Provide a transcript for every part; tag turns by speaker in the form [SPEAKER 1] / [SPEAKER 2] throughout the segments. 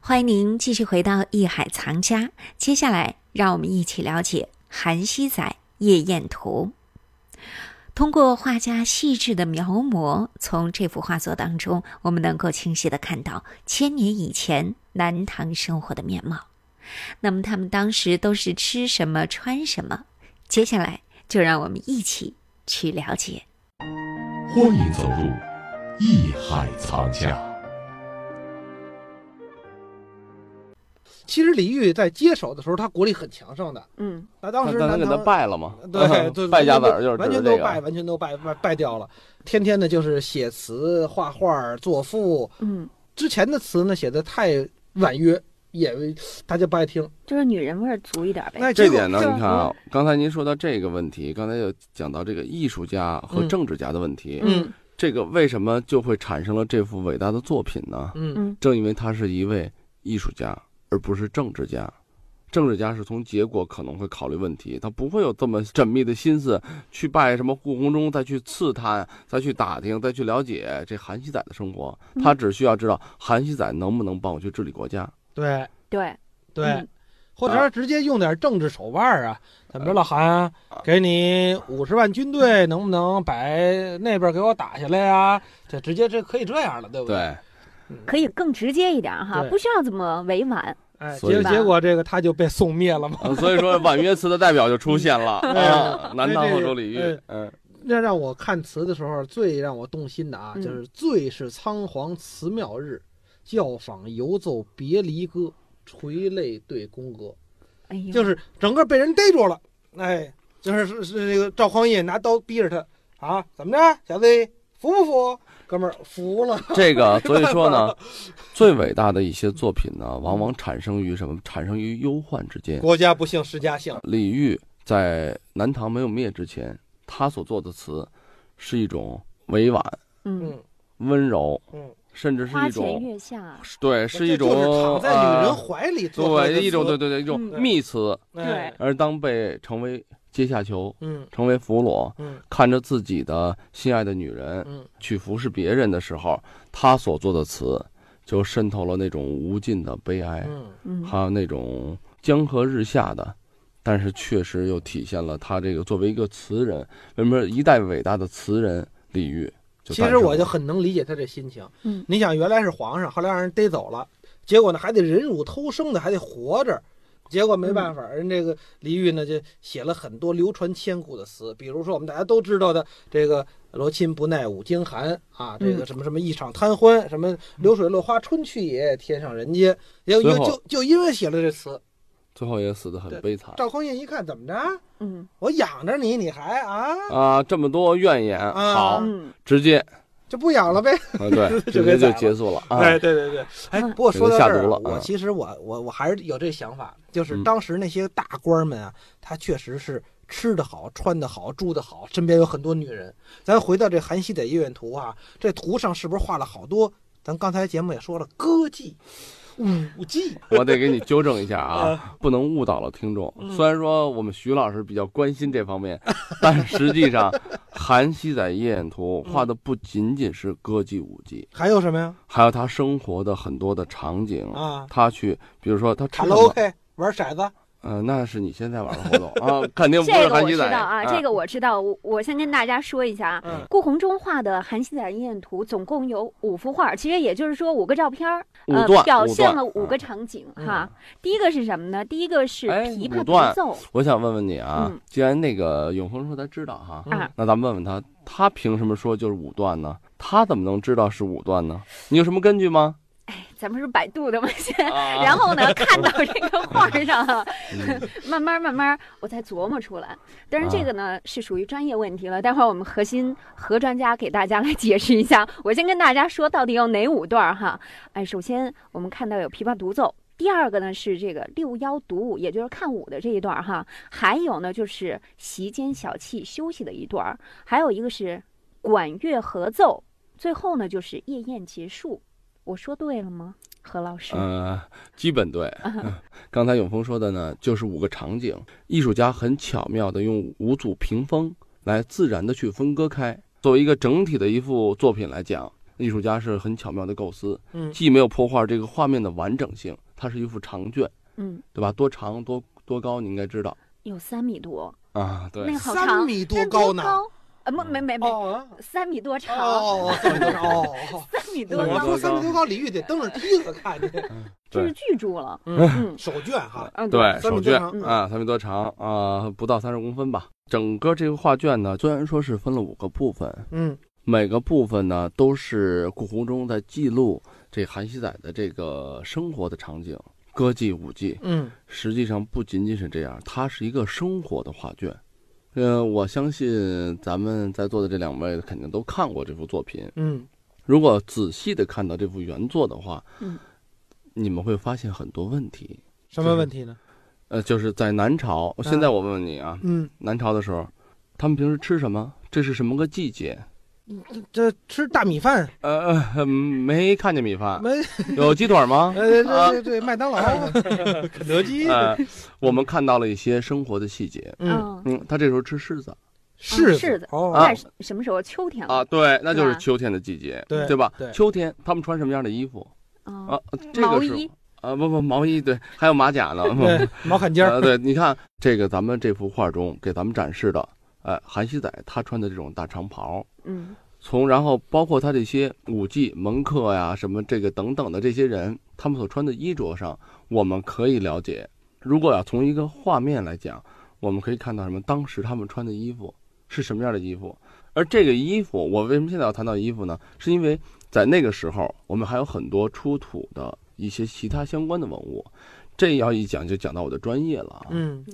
[SPEAKER 1] 欢迎您继续回到《艺海藏家》，接下来让我们一起了解韩熙载夜宴图。通过画家细致的描摹，从这幅画作当中，我们能够清晰的看到千年以前南唐生活的面貌。那么他们当时都是吃什么、穿什么？接下来就让我们一起去了解。
[SPEAKER 2] 欢迎走入艺海藏家。
[SPEAKER 3] 其实李煜在接手的时候，他国力很强盛的。
[SPEAKER 1] 嗯，
[SPEAKER 3] 那当时
[SPEAKER 4] 但他
[SPEAKER 3] 南
[SPEAKER 4] 给他
[SPEAKER 3] 唐
[SPEAKER 4] 败了嘛？
[SPEAKER 3] 对对，
[SPEAKER 4] 败家子
[SPEAKER 3] 完
[SPEAKER 4] 儿
[SPEAKER 3] 全
[SPEAKER 4] 就是
[SPEAKER 3] 完
[SPEAKER 4] 指
[SPEAKER 3] 全
[SPEAKER 4] 这
[SPEAKER 3] 都
[SPEAKER 4] 个
[SPEAKER 3] 败，完全都败败败掉了。天天的就是写词、画画、作赋。
[SPEAKER 1] 嗯，
[SPEAKER 3] 之前的词呢写的太婉约，也大家不爱听。
[SPEAKER 1] 就是女人味儿足一点呗。
[SPEAKER 3] 那
[SPEAKER 4] 这
[SPEAKER 3] 结果
[SPEAKER 4] 点呢，
[SPEAKER 1] 这
[SPEAKER 4] 你看啊，刚才您说到这个问题，刚才又讲到这个艺术家和
[SPEAKER 3] 嗯
[SPEAKER 4] 政治家的问题，
[SPEAKER 3] 嗯
[SPEAKER 4] 这个为什么就会产生了这幅伟大的作品呢？
[SPEAKER 3] 嗯
[SPEAKER 4] 正因为他是一位艺术家，而不是政治家。政治家是从结果可能会考虑问题，他不会有这么缜密的心思去拜什么故宫中，再去刺探，再去打听，再去了解这韩熙载的生活。他只需要知道韩熙载能不能帮我去治理国家。
[SPEAKER 3] 对
[SPEAKER 1] 对，
[SPEAKER 3] 对
[SPEAKER 1] 嗯，
[SPEAKER 3] 或者说直接用点政治手腕啊，怎么着老韩啊，给你五十万军队，能不能把那边给我打下来呀？这直接这可以这样了，对不？
[SPEAKER 4] 对，
[SPEAKER 1] 可以更直接一点哈，
[SPEAKER 3] 对
[SPEAKER 1] 不需要这么委婉。
[SPEAKER 3] 哎，
[SPEAKER 4] 所以
[SPEAKER 3] 结
[SPEAKER 4] 吧
[SPEAKER 3] 结果这个他就被宋灭了嘛。
[SPEAKER 4] 啊所以说婉约词的代表就出 现了啊，南唐
[SPEAKER 3] 这
[SPEAKER 4] 后
[SPEAKER 3] 个
[SPEAKER 4] 周李煜，嗯，
[SPEAKER 3] 那让我看词的时候，最让我动心的啊，
[SPEAKER 1] 嗯
[SPEAKER 3] 就是“最是仓皇辞庙日，教坊犹奏别离歌，垂泪对宫歌
[SPEAKER 1] 哎”，呦，
[SPEAKER 3] 就是整个被人逮住了，哎，就是是是这个赵匡胤拿刀逼着他啊，怎么着，小子服不服？哥们儿服 了，
[SPEAKER 4] 这个，所以说呢，最伟大的一些作品呢，往往产生于什么？产生于忧患之间。
[SPEAKER 3] 国家不幸世家幸，
[SPEAKER 4] 李煜在南唐没有灭之前，他所做的词是一种委婉、
[SPEAKER 1] 嗯，
[SPEAKER 3] 嗯
[SPEAKER 4] 温柔，
[SPEAKER 3] 嗯，
[SPEAKER 4] 甚至是
[SPEAKER 1] 花
[SPEAKER 4] 一
[SPEAKER 1] 前
[SPEAKER 4] 种
[SPEAKER 1] 月下，
[SPEAKER 4] 对，
[SPEAKER 3] 这
[SPEAKER 4] 是一种
[SPEAKER 3] 就是躺在女人
[SPEAKER 4] 呃
[SPEAKER 3] 怀里做出来的
[SPEAKER 4] 对一种对
[SPEAKER 3] 词
[SPEAKER 4] 对对一种
[SPEAKER 1] 嗯
[SPEAKER 4] 密词，
[SPEAKER 3] 哎
[SPEAKER 4] 而当被成为阶下囚、
[SPEAKER 3] 嗯
[SPEAKER 4] 成为俘虏，
[SPEAKER 3] 嗯
[SPEAKER 4] 看着自己的心爱的女人
[SPEAKER 3] 嗯
[SPEAKER 4] 去服侍别人的时候，他所做的词就渗透了那种无尽的悲哀，
[SPEAKER 3] 嗯
[SPEAKER 1] 嗯，
[SPEAKER 4] 还有那种江河日下的，但是确实又体现了他这个作为一个词人，为什么一代伟大的词人李煜就
[SPEAKER 3] 其
[SPEAKER 4] 诞
[SPEAKER 3] 实
[SPEAKER 4] 生
[SPEAKER 3] 我就
[SPEAKER 4] 了
[SPEAKER 3] 很能理解他这心情。
[SPEAKER 1] 嗯
[SPEAKER 3] 你想原来是皇上，后来让人逮走了，结果呢还得忍辱偷生的，还得活着。结果没办法，人这个李煜呢就写了很多流传千古的词，比如说我们大家都知道的这个“罗衾不耐五更寒”啊，这个什么什么一场贪欢，什么流水落花春去也，天上人间，结果
[SPEAKER 4] 最
[SPEAKER 3] 就
[SPEAKER 4] 后
[SPEAKER 3] 就就因为写了这词，
[SPEAKER 4] 最后也死得很
[SPEAKER 3] 对
[SPEAKER 4] 悲惨
[SPEAKER 3] 赵匡胤一看怎么着，
[SPEAKER 1] 嗯
[SPEAKER 3] 我养着你，你还啊
[SPEAKER 4] 啊！这么多怨言，
[SPEAKER 3] 啊
[SPEAKER 4] 好，
[SPEAKER 1] 嗯，
[SPEAKER 4] 直接
[SPEAKER 3] 就不养了呗？
[SPEAKER 4] 啊，对，
[SPEAKER 3] 就
[SPEAKER 4] 直
[SPEAKER 3] 给宰
[SPEAKER 4] 接就
[SPEAKER 3] 了
[SPEAKER 4] 结束了啊！
[SPEAKER 3] 哎，对对对，哎，
[SPEAKER 1] 嗯
[SPEAKER 3] 不过说到这
[SPEAKER 4] 下
[SPEAKER 3] 儿啊
[SPEAKER 4] 毒了，
[SPEAKER 3] 我
[SPEAKER 4] 啊
[SPEAKER 3] 其实我我我还是有这想法，就是
[SPEAKER 4] 嗯
[SPEAKER 3] 当时那些大官们啊，他确实是吃得好、穿得好、住得好，身边有很多女人。咱回到这韩熙载夜宴图啊，这图上是不是画了好多？咱刚才节目也说了，歌妓、舞妓，
[SPEAKER 4] 我得给你纠正一下
[SPEAKER 1] 嗯
[SPEAKER 4] 啊，不能误导了听众。虽然说我们徐老师比较关心这 方面，但实际上，韩熙载夜宴图
[SPEAKER 1] 嗯
[SPEAKER 4] 画的不仅仅是歌妓舞伎，
[SPEAKER 3] 还有什么呀？
[SPEAKER 4] 还有他生活的很多的场景。
[SPEAKER 3] 啊，
[SPEAKER 4] 他去，比如说他吃
[SPEAKER 3] 卡
[SPEAKER 4] 什
[SPEAKER 3] 拉
[SPEAKER 4] 么？
[SPEAKER 3] OK，玩骰子，
[SPEAKER 4] 嗯、那是你现在玩的活动啊， 肯定不
[SPEAKER 1] 这
[SPEAKER 4] 是
[SPEAKER 1] 个
[SPEAKER 4] 韩
[SPEAKER 1] 我
[SPEAKER 4] 熙
[SPEAKER 1] 知
[SPEAKER 4] 载
[SPEAKER 1] 道啊，这个我知道。我我先跟大家说一下啊，
[SPEAKER 3] 嗯
[SPEAKER 1] 顾闳中画的《韩熙载夜宴图》总共有五幅画，其实也就是说五个照片儿，
[SPEAKER 4] 五
[SPEAKER 1] 呃，
[SPEAKER 4] 段
[SPEAKER 1] 表
[SPEAKER 4] 五
[SPEAKER 1] 现
[SPEAKER 4] 段
[SPEAKER 1] 了五
[SPEAKER 4] 啊
[SPEAKER 1] 个场景哈。第一个是什么呢？第一个是
[SPEAKER 4] 哎
[SPEAKER 1] 琵
[SPEAKER 4] 五
[SPEAKER 1] 琶独
[SPEAKER 4] 段
[SPEAKER 1] 奏，
[SPEAKER 4] 我想问问你啊，
[SPEAKER 1] 嗯
[SPEAKER 4] 既然那个永恒说他知道哈，
[SPEAKER 1] 啊
[SPEAKER 4] 那咱们问问他，他凭什么说就是五段呢？他怎么能知道是五段呢？你有什么根据吗？
[SPEAKER 1] 咱们是百度的嘛先。
[SPEAKER 4] 啊
[SPEAKER 1] 然后呢， 看到这个画儿上啊，
[SPEAKER 4] 嗯啊
[SPEAKER 1] 慢慢慢慢，我再琢磨出来。但是这个呢，是属于专业问题了。待会儿我们核心核专家给大家来解释一下。我先跟大家说，到底有哪五段儿哈？哎，首先我们看到有琵琶独奏，第二个呢是这个六幺独舞，也就是看舞的这一段儿哈。还有呢就是席间小憩休息的一段儿，还有一个是管乐合奏，最后呢就是夜宴结束。我说对了吗，何老师？
[SPEAKER 4] 呃，基本对。
[SPEAKER 1] 嗯
[SPEAKER 4] 刚才永峰说的呢，就是五个场景，艺术家很巧妙的用五组屏风来自然的去分割开。作为一个整体的一幅作品来讲，艺术家是很巧妙的构思，
[SPEAKER 3] 嗯
[SPEAKER 4] 既没有破坏这个画面的完整性，它是一幅长卷，
[SPEAKER 1] 嗯，
[SPEAKER 4] 对吧？多长多多高，你应该知道
[SPEAKER 1] 有三米多，
[SPEAKER 4] 啊。
[SPEAKER 1] 那
[SPEAKER 4] 对
[SPEAKER 1] 个，好长，
[SPEAKER 3] 三米多高呢？
[SPEAKER 1] 高？呃，没没没没，
[SPEAKER 3] 哦啊
[SPEAKER 1] 三米多长，
[SPEAKER 3] 哦，三米多高哦哦，哦
[SPEAKER 1] 三米多
[SPEAKER 4] 三米
[SPEAKER 3] 我
[SPEAKER 1] 高，
[SPEAKER 3] 说三米多高，李玉得蹬着梯子看去。
[SPEAKER 1] 这是
[SPEAKER 4] 对
[SPEAKER 1] 巨著 了。
[SPEAKER 3] 嗯，
[SPEAKER 1] 嗯
[SPEAKER 3] 手绢哈，
[SPEAKER 1] 嗯，
[SPEAKER 4] 对，
[SPEAKER 3] 三米多
[SPEAKER 4] 手卷
[SPEAKER 3] 长
[SPEAKER 1] 嗯
[SPEAKER 4] 啊，三米多长啊，不到三十公分吧。整个这个画卷呢，虽然说是分了五个部分，
[SPEAKER 3] 嗯
[SPEAKER 4] 每个部分呢都是顾闳中在记录这韩熙载的这个生活的场景，歌妓舞伎。
[SPEAKER 3] 嗯
[SPEAKER 4] 实际上不仅仅是这样，它是一个生活的画卷。呃，我相信咱们在座的这两位肯定都看过这幅作品。
[SPEAKER 3] 嗯
[SPEAKER 4] 如果仔细的看到这幅原作的话，
[SPEAKER 1] 嗯，
[SPEAKER 4] 你们会发现很多问题。
[SPEAKER 3] 什么问题呢？
[SPEAKER 4] 呃，就是在南朝，现在我问问你啊，
[SPEAKER 3] 嗯，
[SPEAKER 4] 南朝的时候，他们平时吃什么？这是什么个季节？
[SPEAKER 3] 这吃大米饭
[SPEAKER 4] 呃，呃没看见米饭，
[SPEAKER 3] 没？
[SPEAKER 4] 有鸡腿吗？
[SPEAKER 3] 呃，对对对，麦当劳、肯德基，
[SPEAKER 4] 呃，我们看到了一些生活的细节。
[SPEAKER 3] 嗯，
[SPEAKER 1] 嗯，
[SPEAKER 4] 嗯，他这时候吃柿子
[SPEAKER 3] 柿
[SPEAKER 1] 柿子
[SPEAKER 3] 哦，
[SPEAKER 1] 在什么时候？秋天了
[SPEAKER 4] 啊，对，那就是
[SPEAKER 1] 是吧
[SPEAKER 4] 秋天的季节，
[SPEAKER 3] 对
[SPEAKER 4] 吧
[SPEAKER 3] 对？
[SPEAKER 4] 秋天他们穿什么样的衣服
[SPEAKER 1] 啊
[SPEAKER 4] 啊？这个
[SPEAKER 1] 毛
[SPEAKER 4] 是
[SPEAKER 1] 衣
[SPEAKER 4] 啊，不不，毛衣对，还有马甲呢。
[SPEAKER 3] 对，毛坎肩儿，
[SPEAKER 4] 啊，对，你看这个咱们这幅画中给咱们展示的，呃，韩熙载他穿的这种大长袍，
[SPEAKER 1] 嗯
[SPEAKER 4] 从然后包括他这些舞伎门客呀什么这个等等的这些人，他们所穿的衣着上，我们可以了解，如果要从一个画面来讲，我们可以看到什么？当时他们穿的衣服是什么样的衣服？而这个衣服，我为什么现在要谈到衣服呢？是因为在那个时候，我们还有很多出土的一些其他相关的文物。这要一讲就讲到我的专业了啊。
[SPEAKER 3] 嗯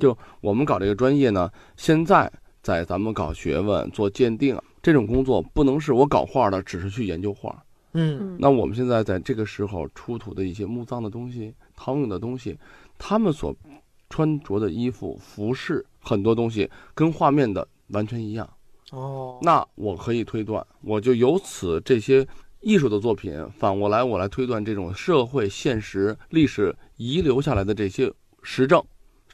[SPEAKER 4] 我们搞这个专业呢，现在在咱们搞学问、做鉴定啊这种工作，不能是我搞画的，只是去研究画。
[SPEAKER 3] 嗯
[SPEAKER 1] 嗯，
[SPEAKER 4] 那我们现在在这个时候出土的一些墓葬的东西、陶俑的东西，他们所穿着的衣服、服饰，很多东西跟画面的完全一样。
[SPEAKER 3] 哦，
[SPEAKER 4] 那我可以推断，我就由此这些艺术的作品，反过来我来推断这种社会现实、历史遗留下来的这些实证。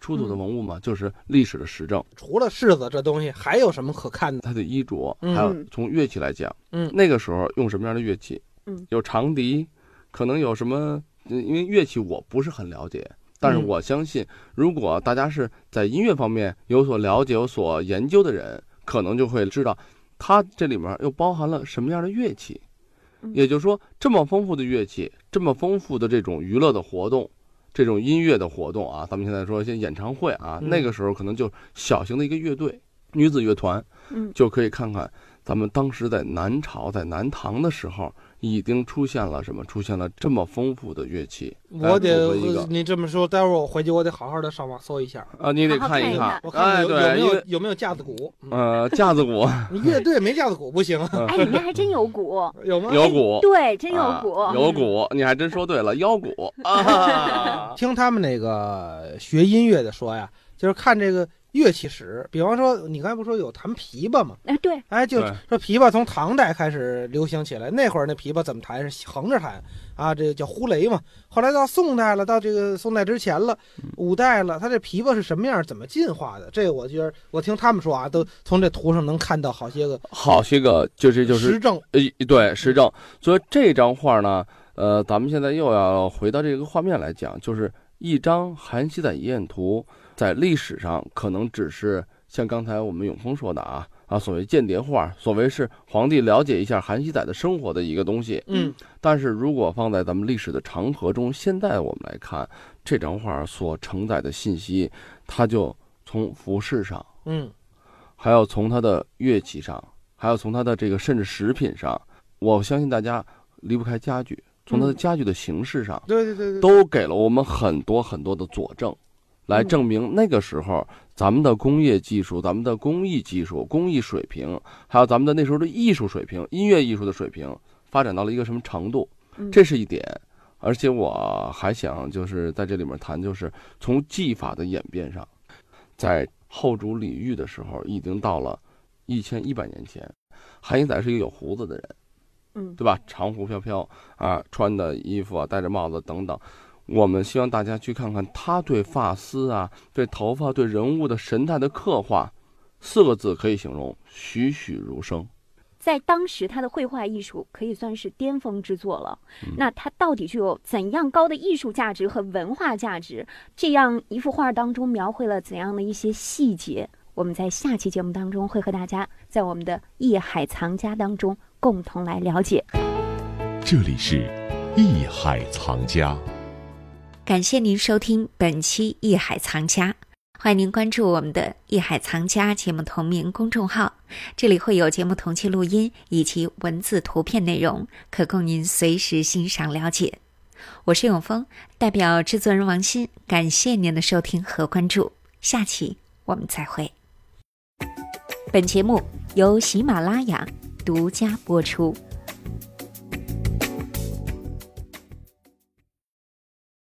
[SPEAKER 4] 出土的文物嘛，就是历史的实证。
[SPEAKER 3] 除了柿子这东西，还有什么可看的？
[SPEAKER 4] 他的衣着，
[SPEAKER 3] 嗯
[SPEAKER 4] 还有从乐器来讲，
[SPEAKER 3] 嗯
[SPEAKER 4] 那个时候用什么样的乐器？
[SPEAKER 1] 嗯，
[SPEAKER 4] 有长笛，可能有什么？嗯因为乐器我不是很了解，但是
[SPEAKER 3] 嗯
[SPEAKER 4] 我相信，如果大家是在音乐方面有所了解、有所研究的人，可能就会知道，它这里面又包含了什么样的乐器。
[SPEAKER 1] 嗯
[SPEAKER 4] 也就是说，这么丰富的乐器，这么丰富的这种娱乐的活动，这种音乐的活动啊，咱们现在说一些演唱会啊，
[SPEAKER 3] 嗯
[SPEAKER 4] 那个时候可能就小型的一个乐队，女子乐团，
[SPEAKER 1] 嗯
[SPEAKER 4] 就可以看看咱们当时在南朝、在南唐的时候，已经出现了什么？出现了这么丰富的乐器。
[SPEAKER 3] 我得呃
[SPEAKER 4] 来组合一个
[SPEAKER 3] 你这么说，待会儿我回去我得好好的上网搜一下，
[SPEAKER 4] 啊，你得
[SPEAKER 1] 好好
[SPEAKER 4] 看
[SPEAKER 1] 看一
[SPEAKER 4] 看
[SPEAKER 1] 看。
[SPEAKER 3] 我看
[SPEAKER 4] 哎，
[SPEAKER 3] 看有有
[SPEAKER 4] 对，
[SPEAKER 3] 没
[SPEAKER 4] 因
[SPEAKER 3] 有
[SPEAKER 4] 为
[SPEAKER 3] 有没有架子鼓。嗯
[SPEAKER 4] 呃，架子 鼓
[SPEAKER 3] 你乐队没架子鼓不行，啊
[SPEAKER 1] 哎，里面还真有鼓，
[SPEAKER 3] 有吗？。
[SPEAKER 4] 有鼓，
[SPEAKER 1] 对，真有
[SPEAKER 4] 哦啊
[SPEAKER 1] 鼓，
[SPEAKER 4] 有鼓，你还真说对 了，腰鼓啊
[SPEAKER 3] 听他们那个学音乐的说呀，就是看这个乐器史，比方说你刚才不说有弹琵琶吗？
[SPEAKER 1] 哎，对，
[SPEAKER 3] 哎，就
[SPEAKER 4] 对
[SPEAKER 3] 说琵琶从唐代开始流行起来，那会儿那琵琶怎么弹是横着弹啊，这叫呼雷嘛。后来到宋代了，到这个宋代之前了，
[SPEAKER 4] 嗯
[SPEAKER 3] 五代了，它这琵琶是什么样，怎么进化的？这我觉得我听他们说啊，都从这图上能看到好些个
[SPEAKER 4] 好些个，就这就是
[SPEAKER 3] 实证。
[SPEAKER 4] 呃，对，实证。所以这张画呢，呃，咱们现在又要回到这个画面来讲，就是一张韩熙载遗愿图，在历史上可能只是像刚才我们永峰说的啊啊，所谓间谍画，所谓是皇帝了解一下韩熙载的生活的一个东西。
[SPEAKER 3] 嗯
[SPEAKER 4] 但是如果放在咱们历史的长河中，现在我们来看这张画所承载的信息，它就从服饰上。
[SPEAKER 3] 嗯
[SPEAKER 4] 还有从它的乐器上，还有从它的这个甚至食品上，我相信大家离不开家具，从它的
[SPEAKER 1] 嗯
[SPEAKER 4] 家具的形式上，
[SPEAKER 3] 对对对对，
[SPEAKER 4] 都给了我们很多很多的佐证，来
[SPEAKER 1] 嗯
[SPEAKER 4] 证明那个时候咱们的工业技术、咱们的工艺技术、工艺水平，还有咱们的那时候的艺术水平、音乐艺术的水平，发展到了一个什么程度，
[SPEAKER 1] 嗯
[SPEAKER 4] 这是一点。而且我还想就是在这里面谈，就是从技法的演变上，在后主李煜的时候，已经到了一千一百年前。韩熙载是一个有胡子的人，
[SPEAKER 1] 嗯
[SPEAKER 4] 对吧？长胡飘飘啊，穿的衣服啊，戴着帽子等等。我们希望大家去看看他对发丝啊、对头发、对人物的神态的刻画，四个字可以形容：栩栩如生。
[SPEAKER 1] 在当时他的绘画艺术可以算是巅峰之作了。那它到底具有怎样高的艺术价值和文化价值？这样一幅画当中描绘了怎样的一些细节？我们在下期节目当中会和大家在我们的《艺海藏家》当中共同来了解。
[SPEAKER 2] 这里是《艺海藏家》。
[SPEAKER 5] 感谢您收听本期《艺海藏家》，欢迎您关注我们的《艺海藏家》节目同名公众号，这里会有节目同期录音以及文字、图片内容，可供您随时欣赏了解。我是永峰，代表制作人王鑫，感谢您的收听和关注，下期我们再会。本节目由喜马拉雅独家播出。